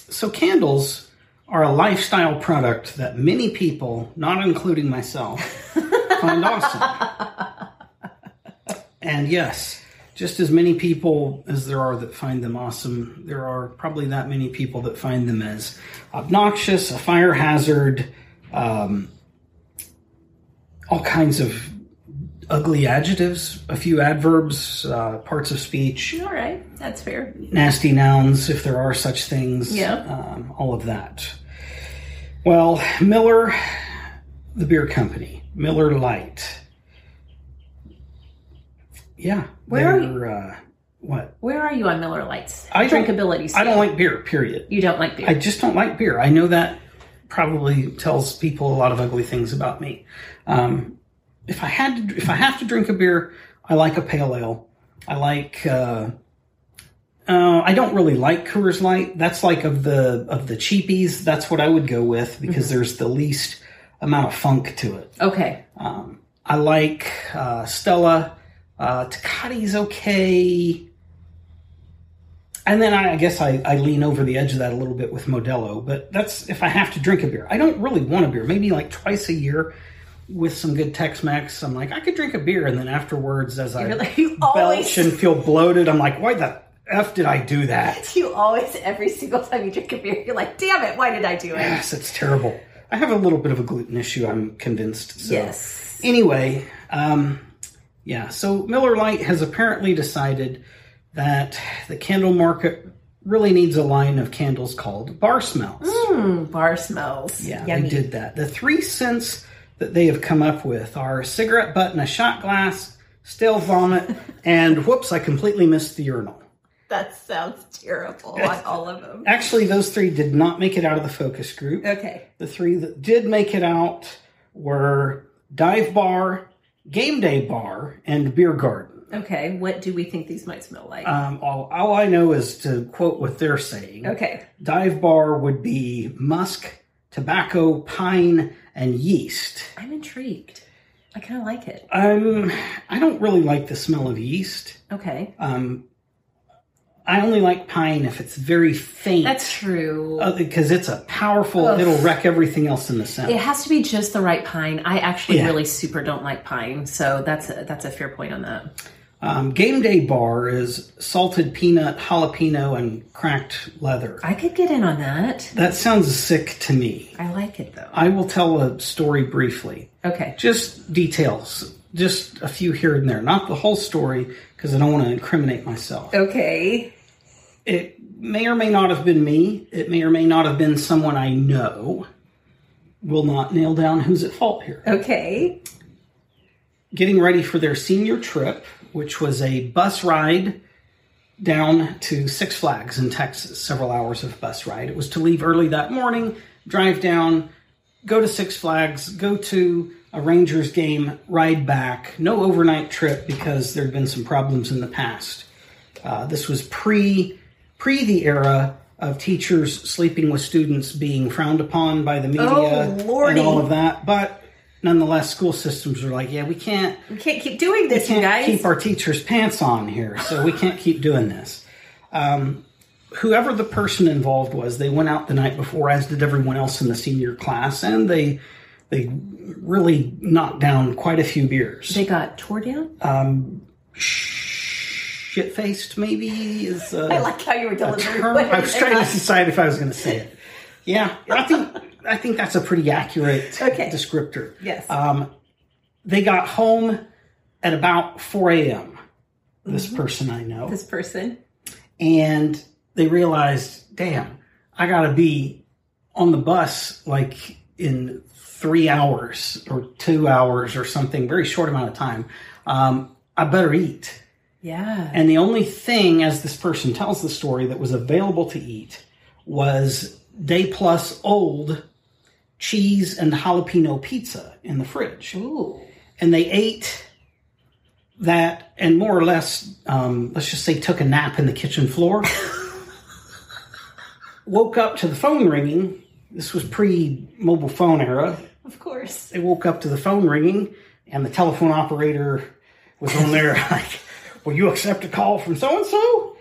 S3: so candles are a lifestyle product that many people, not including myself, find awesome. And yes, just as many people as there are that find them awesome, there are probably that many people that find them as obnoxious, a fire hazard, um, all kinds of ugly adjectives, a few adverbs, uh, parts of speech
S2: All right, that's fair.
S3: nasty nouns, if there are such things,
S2: Yeah.
S3: um, all of that. Well, Miller, the beer company, Miller Light. Yeah.
S2: Where are
S3: they're, uh, what?
S2: Where are you on Miller Lights?
S3: I don't-
S2: Drinkability.
S3: I don't
S2: scale.
S3: like beer, period.
S2: You don't like beer.
S3: I just don't like beer. I know that probably tells people a lot of ugly things about me. Um, if I had to, if I have to drink a beer, I like a pale ale. I like. Uh, uh, I don't really like Coors Light. That's like of the of the cheapies. That's what I would go with because
S2: Mm-hmm.
S3: there's the least amount of funk to it.
S2: okay.
S3: I like uh, Stella. Uh, Tecati's okay. And then I, I guess I, I lean over the edge of that a little bit with Modelo, but that's if I have to drink a beer. I don't really want a beer. Maybe like twice a year with some good Tex Mex. I'm like, I could drink a beer. And then afterwards, as I
S2: You're like, you
S3: belch
S2: always-
S3: and feel bloated, I'm like, why the F did I do that?
S2: You always, every single time you drink a beer, you're like, damn it, why did I do it?
S3: Yes, it's terrible. I have a little bit of a gluten issue, I'm convinced. So.
S2: Yes.
S3: Anyway, um, yeah, so Miller Lite has apparently decided that the candle market really needs a line of candles called bar smells.
S2: Bar smells.
S3: Yeah,
S2: Mm, Yummy.
S3: they did that. The three scents that they have come up with are cigarette butt and a shot glass, stale vomit, and whoops, I completely missed the urinal.
S2: That sounds terrible on all of them.
S3: Actually, those three did not make it out of the focus group.
S2: Okay.
S3: The three that did make it out were Dive Bar, Game Day Bar, and Beer Garden.
S2: Okay, what do we think these might smell like?
S3: Um, all, all I know is to quote what they're saying.
S2: okay,
S3: Dive bar would be musk, tobacco, pine, and yeast.
S2: I'm intrigued. I kind of like it.
S3: Um, I don't really like the smell of yeast.
S2: Okay,
S3: Um, I only like pine if it's very faint.
S2: that's true.
S3: Uh, because it's a powerful.
S2: Ugh.
S3: It'll wreck everything else in the scent.
S2: It has to be just the right pine. I actually
S3: Yeah.
S2: really super don't like pine, so that's a, that's a fair point on that.
S3: Um, game day bar is salted peanut, jalapeno, and cracked leather.
S2: I could get in on that.
S3: That sounds sick to me.
S2: I like it though.
S3: I will tell a story briefly.
S2: Okay.
S3: Just details, just a few here and there, not the whole story because I don't want to incriminate myself.
S2: Oh. Okay.
S3: It may or may not have been me. It may or may not have been someone I know. Will not nail down who's at fault here.
S2: Oh. Okay.
S3: Getting ready for their senior trip, which was a bus ride down to Six Flags in Texas, several hours of bus ride. It was to leave early that morning, drive down, go to Six Flags, go to a Rangers game, ride back. No overnight trip because there had been some problems in the past. Uh, this was pre pre the era of teachers sleeping with students being frowned upon by the media
S2: Oh, lordy.
S3: and all of that. But nonetheless, school systems were like, yeah, we can't
S2: We can't keep doing this,
S3: can't
S2: you guys.
S3: keep our teachers' pants on here, so we can't keep doing this. Um, whoever the person involved was, they went out the night before, as did everyone else in the senior class, and they they really knocked down quite a few beers.
S2: they got tore down.
S3: Shit faced, maybe is. Uh,
S2: I like how you were
S3: a
S2: delivering.
S3: term. I was trying to decide if I was going to say it. Yeah, I think I think that's a pretty accurate
S2: Okay.
S3: descriptor. Um,
S2: Yes.
S3: They got home at about four a.m. This person I know,
S2: Mm-hmm. this person.
S3: and they realized, damn, I got to be on the bus like in three hours or two hours or something, very short amount of time. Um, I better eat.
S2: Yeah.
S3: And the only thing, as this person tells the story, that was available to eat was day plus old cheese and jalapeno pizza in the fridge.
S2: Ooh.
S3: And they ate that and more or less, um, let's just say, took a nap in the kitchen floor. woke up to the phone ringing. This was pre mobile phone era
S2: Of course.
S3: they woke up to the phone ringing and the telephone operator was on there like will you accept a call from so and so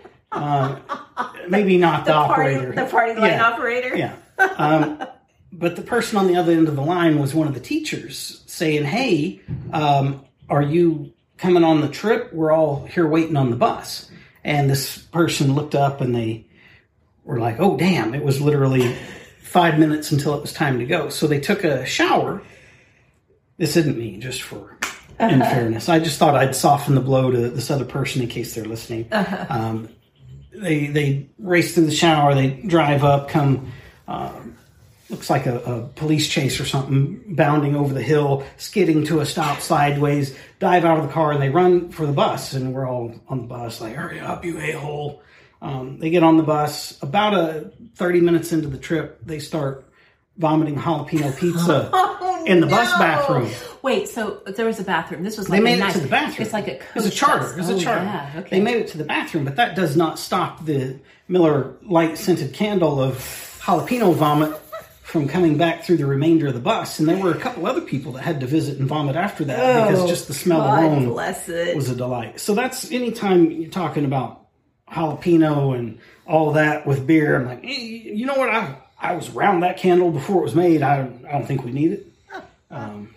S3: maybe not the,
S2: Party,
S3: operator
S2: the party line
S3: Yeah.
S2: operator.
S3: yeah um, but the person on the other end of the line was one of the teachers saying hey um, are you coming on the trip we're all here waiting on the bus and this person looked up and they were like oh damn it was literally five minutes until it was time to go so they took a shower this isn't me just for in fairness i just thought i'd soften the blow to this other person in case they're listening um, they they race through the shower they drive up come looks like a, a police chase or something, bounding over the hill, skidding to a stop sideways, dive out of the car, and they run for the bus. And we're all on the bus, like, hurry up, you a hole. Um, they get on the bus. About a 30 minutes into the trip, they start vomiting jalapeno pizza in the bus bathroom.
S2: Wait, so there was a bathroom. This was
S3: They
S2: like
S3: made
S2: a
S3: it
S2: nice,
S3: to the bathroom.
S2: It's like a
S3: It's a
S2: coach
S3: charter.
S2: bus.
S3: It's
S2: Oh,
S3: a charter.
S2: Yeah, okay.
S3: They made it to the bathroom, but that does not stop the Miller Light scented candle of jalapeno vomit from coming back through the remainder of the bus. And there were a couple other people that had to visit and vomit after that because just the smell
S2: Oh, God
S3: alone
S2: bless it.
S3: was a delight. So that's anytime you're talking about jalapeno and all that with beer. I'm like, eh, you know what? I I was around that candle before it was made. I I don't think we need it. Um,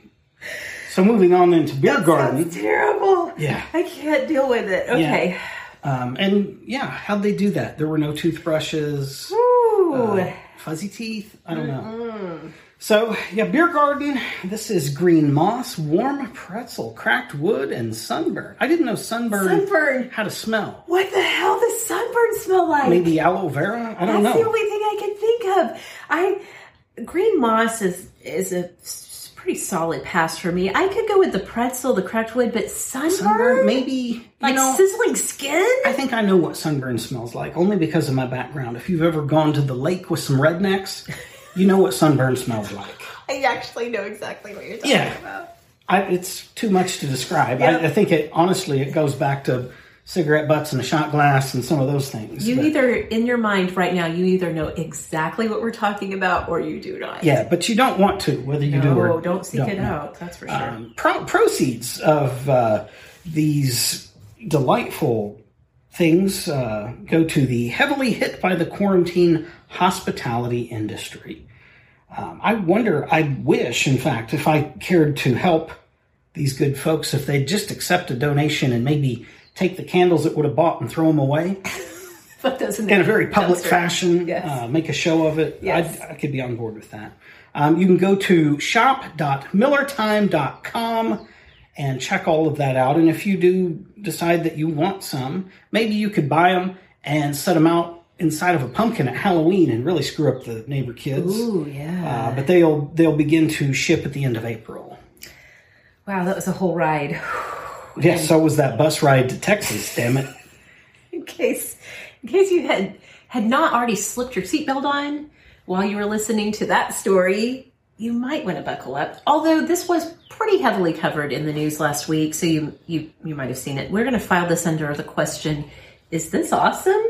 S3: so moving on into beer garden.
S2: That's terrible.
S3: Yeah.
S2: I can't deal with it. Okay.
S3: Um, and yeah, how'd they do that? There were no toothbrushes,
S2: Ooh.
S3: Uh, fuzzy teeth. I don't know. So yeah, beer garden. This is green moss, warm pretzel, cracked wood, and sunburn. I didn't know sunburn,
S2: Sunburn.
S3: had a smell.
S2: What the hell does sunburn smell like?
S3: Maybe aloe vera. I don't
S2: That's
S3: know.
S2: the only thing I can think of. I green moss is is a s- pretty solid pass for me. I could go with the pretzel, the cracked wood, but sunburn,
S3: sunburn. Maybe you
S2: like
S3: know.
S2: sizzling skin.
S3: I think I know what sunburn smells like only because of my background. If you've ever gone to the lake with some rednecks, you know what sunburn smells like.
S2: I actually know exactly what you're talking
S3: Yeah.
S2: about.
S3: I, it's too much to describe.
S2: Yep.
S3: I, I think it honestly it goes back to cigarette butts and a shot glass and some of those things.
S2: You
S3: but-
S2: either, in your mind right now, you either know exactly what we're talking about or you do not.
S3: yeah, but you don't want to whether you do or
S2: No, don't seek it
S3: know.
S2: out. That's for sure.
S3: um, Pro- proceeds of uh, these delightful things uh, go to the heavily hit by the quarantine hospitality industry. Um, I wonder, I wish, in fact, if I cared to help these good folks, if they'd just accept a donation and maybe take the candles that would have bought and throw them away
S2: that doesn't
S3: in a very public
S2: dumpster.
S3: fashion,
S2: Yes.
S3: uh, make a show of it.
S2: Yes.
S3: I, I could be on board with that. Um, you can go to shop.millertime.com and check all of that out. And if you do decide that you want some, maybe you could buy them and set them out inside of a pumpkin at Halloween and really screw up the neighbor kids.
S2: Ooh, yeah.
S3: Uh, but they'll they'll begin to ship at the end of April.
S2: Wow, that was a whole ride.
S3: Yeah, so was that bus ride to Texas. Damn it.
S2: in case in case you had had not already slipped your seatbelt on while you were listening to that story you might want to buckle up although this was pretty heavily covered in the news last week so you you you might have seen it we're going to file this under the question is this awesome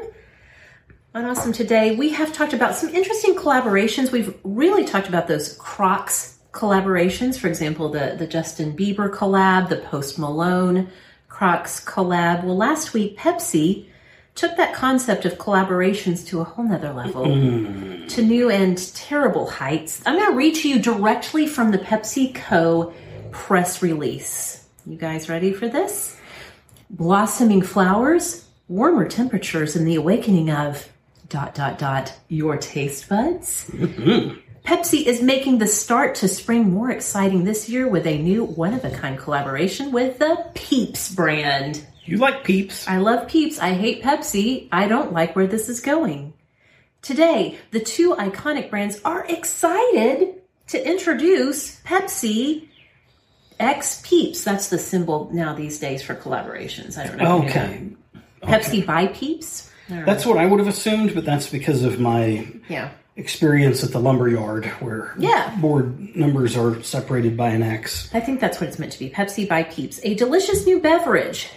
S2: on awesome today we have talked about some interesting collaborations we've really talked about those crocs collaborations for example the the justin bieber collab the post malone crocs collab well last week pepsi took that concept of collaborations to a whole nother level to new and terrible heights i'm going to read to you directly from the pepsi co press release you guys ready for this blossoming flowers warmer temperatures and the awakening of dot dot dot your taste buds Pepsi is making the start to spring more exciting this year with a new one of a kind collaboration with the Peeps brand.
S3: You like peeps.
S2: I love Peeps. I hate Pepsi. I don't like where this is going. Today, the two iconic brands are excited to introduce Pepsi X Peeps. That's the symbol now these days for collaborations. I don't know. if you knew
S3: Okay.
S2: that. Pepsi by Peeps. I don't know.
S3: That's what I would have assumed, but that's because of my
S2: Yeah.
S3: experience at the lumberyard where
S2: Yeah.
S3: board numbers are separated by an X.
S2: I think that's what it's meant to be Pepsi by Peeps, a delicious new beverage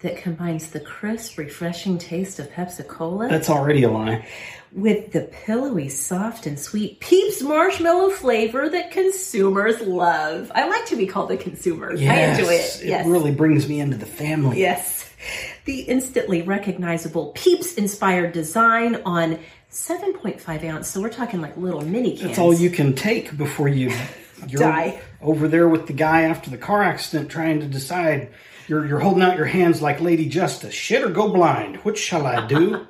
S2: that combines the crisp, refreshing taste of Pepsi Cola.
S3: That's already a lie.
S2: with the pillowy, soft, and sweet Peeps marshmallow flavor that consumers love. I like to be called a consumer. I enjoy it. Yes.
S3: really brings me into the family.
S2: yes. The instantly recognizable Peeps inspired design on 7.5 ounce. So we're talking like little mini cans.
S3: That's all you can take before you you're
S2: Die.
S3: over there with the guy after the car accident trying to decide you're you're holding out your hands like Lady Justice. Shit or go blind. What shall I do?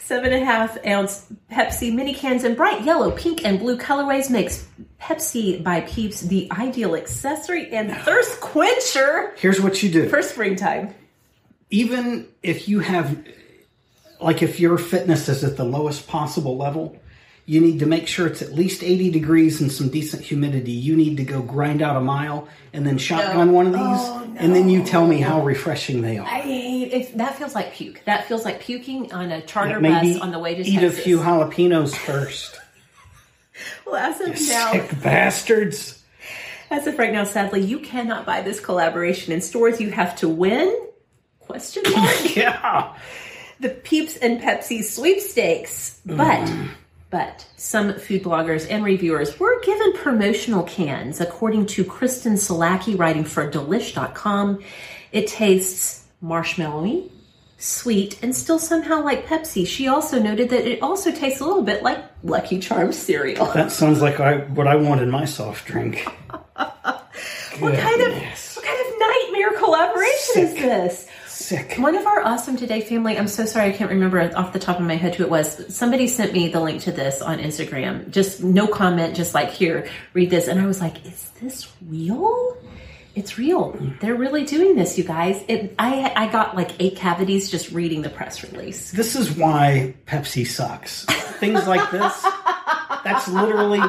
S2: Seven and a half ounce Pepsi mini cans in bright yellow, pink, and blue colorways makes Pepsi by Peeps the ideal accessory and thirst quencher
S3: Here's what you do.
S2: for springtime.
S3: even if you have like if your fitness is at the lowest possible level you need to make sure it's at least 80 degrees and some decent humidity you need to go grind out a mile and then shotgun one of these
S2: Oh,
S3: and then you tell me how refreshing they are
S2: If that feels like puke, that feels like puking on a charter
S3: maybe
S2: bus on the way to
S3: eat
S2: Texas.
S3: a few jalapenos first
S2: Well, as of now,
S3: sick bastards
S2: as of right now, sadly, you cannot buy this collaboration in stores. You have to win? Question mark.
S3: yeah
S2: the Peeps and Pepsi sweepstakes, but. But some food bloggers and reviewers were given promotional cans. According to Kristen Salaki, writing for Delish.com, it tastes marshmallowy, sweet, and still somehow like Pepsi. She also noted that it also tastes a little bit like Lucky Charms cereal.
S3: that sounds like I, what i want in my soft drink
S2: What kind of what kind of nightmare collaboration is
S3: Sick.
S2: this?
S3: sick
S2: One of our awesome today family, I'm so sorry I can't remember off the top of my head who it was. Somebody sent me the link to this on Instagram. Just no comment, just like here, read this. And I was like, is this real? It's real. They're really doing this, you guys. It, I I got like eight cavities just reading the press release.
S3: This is why Pepsi sucks. Things like this. That's literally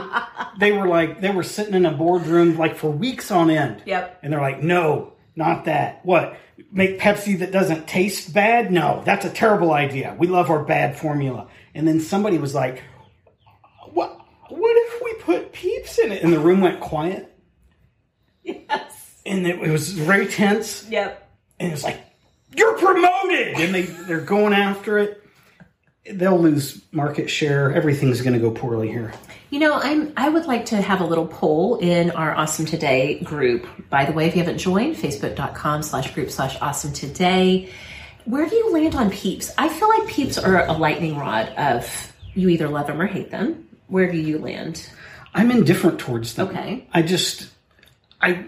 S3: they were like they were sitting in a boardroom like for weeks on end.
S2: Yep.
S3: And they're like, "No, not that. What? Make Pepsi that doesn't taste bad? No, that's a terrible idea. We love our bad formula." And then somebody was like, "What what if we put peeps in it?" And the room went quiet. and it, it was very tense.
S2: Yep.
S3: And it's like, you're promoted, and they they're going after it. They'll lose market share. Everything's going to go poorly here.
S2: You know, I'm I would like to have a little poll in our Awesome Today group. By the way, if you haven't joined, facebook.com slash group slash awesome today. Where do you land on peeps? I feel like peeps are a lightning rod of you either love them or hate them. Where do you land?
S3: I'm indifferent towards them.
S2: Okay.
S3: I just, I,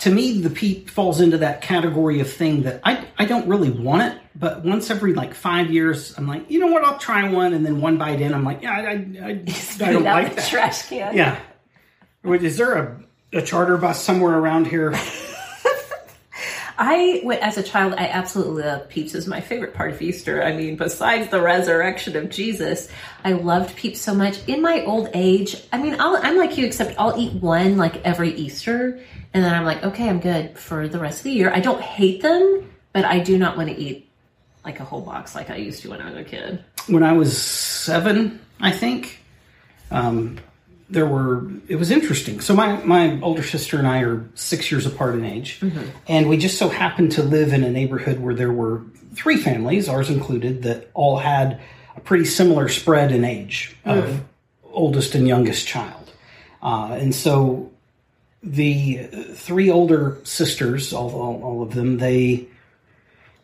S3: to me, the peep falls into that category of thing that I, I don't really want it. But once every like five years, I'm like, you know what? I'll try one, and then one bite in, I'm like, yeah, I, I, I, I don't
S2: Without
S3: like
S2: the
S3: that.
S2: trash can.
S3: Yeah. Wait, is there a, a charter bus somewhere around here?
S2: I, w- as a child, I absolutely loved Peeps. It was my favorite part of Easter. I mean, besides the resurrection of Jesus, I loved Peeps so much. In my old age, I mean, I'll, I'm like you, except I'll eat one like every Easter, and then I'm like, okay, I'm good for the rest of the year. I don't hate them, but I do not want to eat like a whole box like I used to when I was a kid.
S3: when I was seven, I think, um, there were, it was interesting. So my, my older sister and I are six years apart in age. And we just so happened to live in a neighborhood where there were three families, ours included, that all had a pretty similar spread in age of oldest and youngest child. Uh, and so the three older sisters, all, all, all of them, they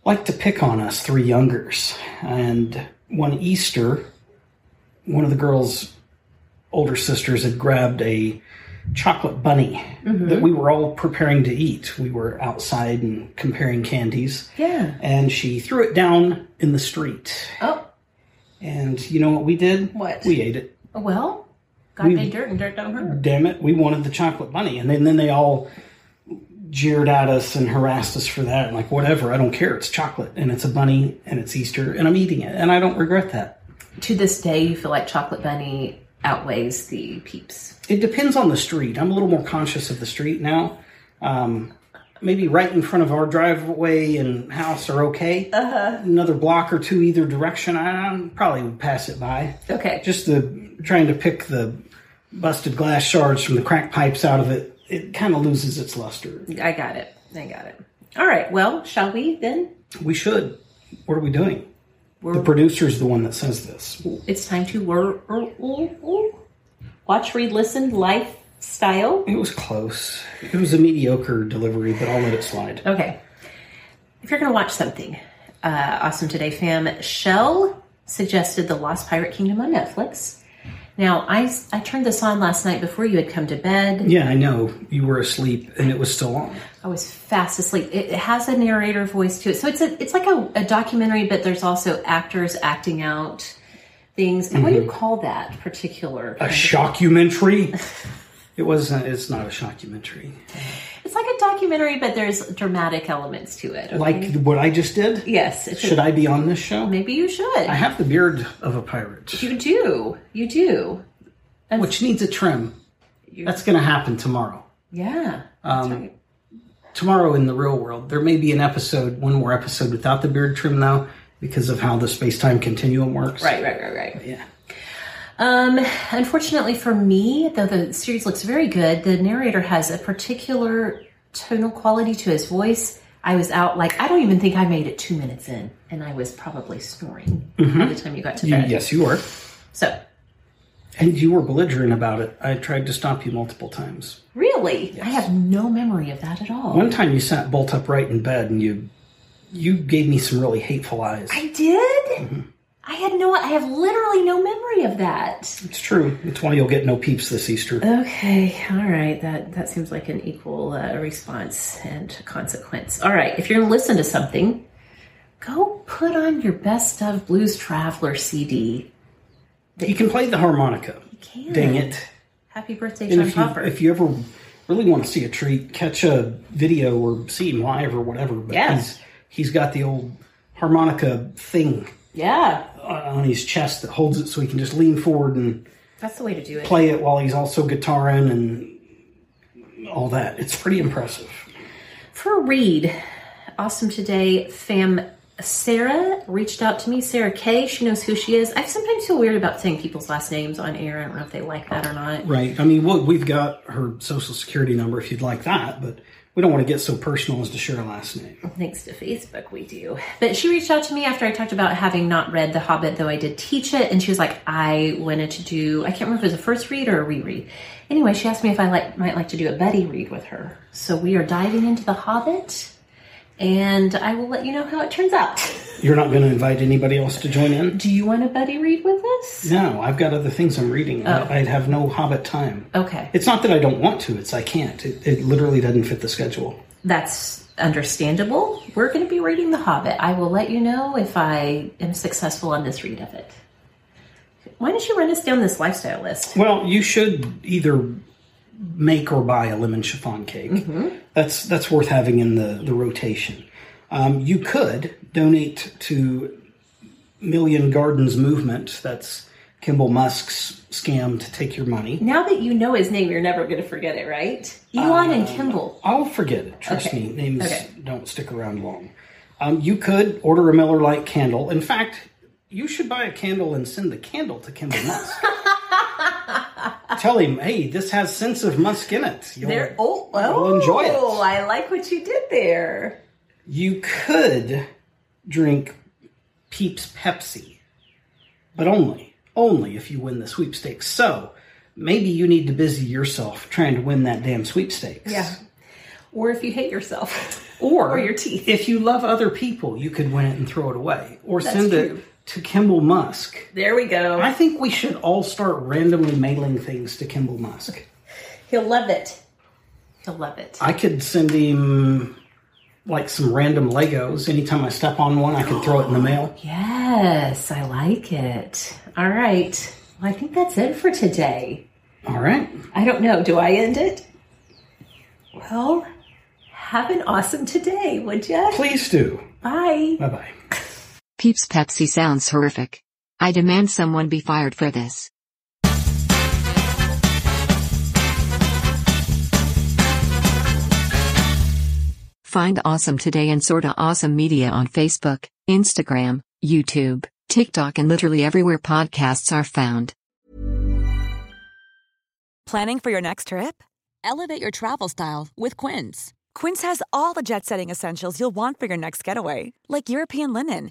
S3: like to pick on us three youngers. And one Easter, one of the girls' older sisters had grabbed a chocolate bunny
S2: Mm-hmm.
S3: that we were all preparing to eat. We were outside and comparing candies.
S2: Yeah.
S3: And she threw it down in the street.
S2: Oh,
S3: And you know what we did?
S2: What?
S3: We ate it.
S2: well, God made dirt and dirt don't hurt.
S3: damn it, we wanted the chocolate bunny. And then, then they all jeered at us and harassed us for that. And like, whatever, I don't care. It's chocolate and it's a bunny and it's Easter and I'm eating it. And I don't regret that.
S2: To this day, you feel like Chocolate Bunny outweighs the Peeps.
S3: It depends on the street. I'm a little more conscious of the street now. Um, maybe right in front of our driveway and house are okay. Uh-huh. Another block or two either direction, I, I probably would pass it by.
S2: Okay.
S3: Just the trying to pick the busted glass shards from the crack pipes out of it, it kind of loses its luster.
S2: I got it. I got it. All right. Well, shall we then?
S3: We should. What are we doing? the producer's the one that says this.
S2: It's time to wor- er- er- er- watch, read, listen, lifestyle.
S3: It was close. It was a mediocre delivery, but I'll let it slide.
S2: Okay. If you're going to watch something, uh, awesome today, fam. Shell suggested The Lost Pirate Kingdom on Netflix. Now, I, s- I turned this on last night before you had come to bed.
S3: Yeah, I know. You were asleep and it was still on.
S2: I was fast asleep. It it has a narrator voice to it, so it's a it's like a, a documentary, but there's also actors acting out things. What do you call that particular?
S3: A shockumentary? it wasn't it's not a shockumentary.
S2: It's like a documentary, but there's dramatic elements to it.
S3: Like what I just did?
S2: Yes, it's
S3: Should I be on this show?
S2: maybe you should.
S3: I have the beard of a pirate,
S2: you do. You do.
S3: which needs a trim. That's going to happen tomorrow.
S2: Yeah. That's right.
S3: tomorrow in the real world. There may be an episode, one more episode without the beard trim though, because of how the space time continuum works.
S2: Right, right, right, right.
S3: Yeah.
S2: Um, unfortunately for me, though the series looks very good, the narrator has a particular tonal quality to his voice. I was out like I don't even think I made it two minutes in, and I was probably snoring by the time you got to
S3: Mm-hmm. You,
S2: bed.
S3: yes, you were.
S2: So
S3: And you were belligerent about it. I tried to stop you multiple times.
S2: really, I have no memory of that at all.
S3: One time you sat bolt upright in bed and you you gave me some really hateful eyes.
S2: I did. I had no. I have literally no memory of that.
S3: it's true. It's why you'll get no peeps this Easter.
S2: Uh, Okay, all right. That that seems like an equal uh, response and consequence. All right, if you're gonna listen to something, go put on your best of Blues Traveler CD.
S3: you can play the harmonica. You
S2: can.
S3: Dang it.
S2: Happy birthday,
S3: And
S2: John
S3: if you,
S2: Popper.
S3: if you ever really want to see a treat, catch a video or see him live or whatever. But
S2: Yeah.
S3: he's he's got the old harmonica thing
S2: yeah,
S3: on his chest that holds it so he can just lean forward and
S2: that's the way to do it.
S3: play it while he's also guitaring and all that. It's pretty impressive.
S2: For Reed, awesome today, fam. Sarah reached out to me, Sarah Kay. She knows who she is. I sometimes feel weird about saying people's last names on air. I don't know if they like that or not.
S3: Right. I mean, well, we've got her social security number if you'd like that, but we don't want to get so personal as to share a last name.
S2: Thanks to Facebook, we do. But she reached out to me after I talked about having not read The Hobbit, though I did teach it. And she was like, I wanted to do, I can't remember if it was a first read or a reread. Anyway, she asked me if I like, might like to do a buddy read with her. So we are diving into The Hobbit, and I will let you know how it turns out.
S3: You're not going to invite anybody else to join in?
S2: do you want a buddy read with us?
S3: No, I've got other things I'm reading. I, I'd have no Hobbit time.
S2: Okay.
S3: It's not that I don't want to, it's I can't. It, it literally doesn't fit the schedule.
S2: That's understandable. We're going to be reading The Hobbit. I will let you know if I am successful on this read of it. Why don't you run us down this lifestyle list?
S3: Well, you should either make or buy a lemon chiffon cake. That's that's worth having in the, the rotation. Um, you could donate to Million Gardens Movement. That's Kimball Musk's scam to take your money.
S2: Now that you know his name, you're never going to forget it, right? Elon
S3: Uh,
S2: and Kimball.
S3: I'll forget it. Trust
S2: Okay.
S3: me, names
S2: Okay.
S3: don't stick around long. Um, you could order a Miller Lite candle. In fact, you should buy a candle and send the candle to Kimball Musk. Tell him, hey, this has sense of musk in it. You'll-
S2: There. Oh,
S3: You'll
S2: oh,
S3: enjoy it.
S2: I like what you did there.
S3: You could drink Peeps Pepsi, but only, only if you win the sweepstakes. So maybe you need to busy yourself trying to win that damn sweepstakes.
S2: Yeah. Or if you hate yourself.
S3: Or,
S2: Or your teeth.
S3: If you love other people, you could win it and throw it away, or send
S2: true.
S3: it to Kimball Musk.
S2: There we go.
S3: I think we should all start randomly mailing things to Kimball Musk.
S2: He'll love it. He'll love it.
S3: I could send him like some random Legos. Anytime I step on one, I could throw it in the mail.
S2: yes, I like it. All right. Well, I think that's it for today.
S3: All right.
S2: I don't know. Do I end it? Well, have an awesome today, would ya?
S3: Please do.
S2: Bye.
S3: Bye bye.
S1: Peeps Pepsi sounds horrific. I demand someone be fired for this. Find Awesome Today and Sorta Awesome Media on Facebook, Instagram, YouTube, TikTok, and literally everywhere podcasts are found.
S5: Planning for your next trip? Elevate your travel style with Quince. Quince has all the jet setting essentials you'll want for your next getaway, like European linen,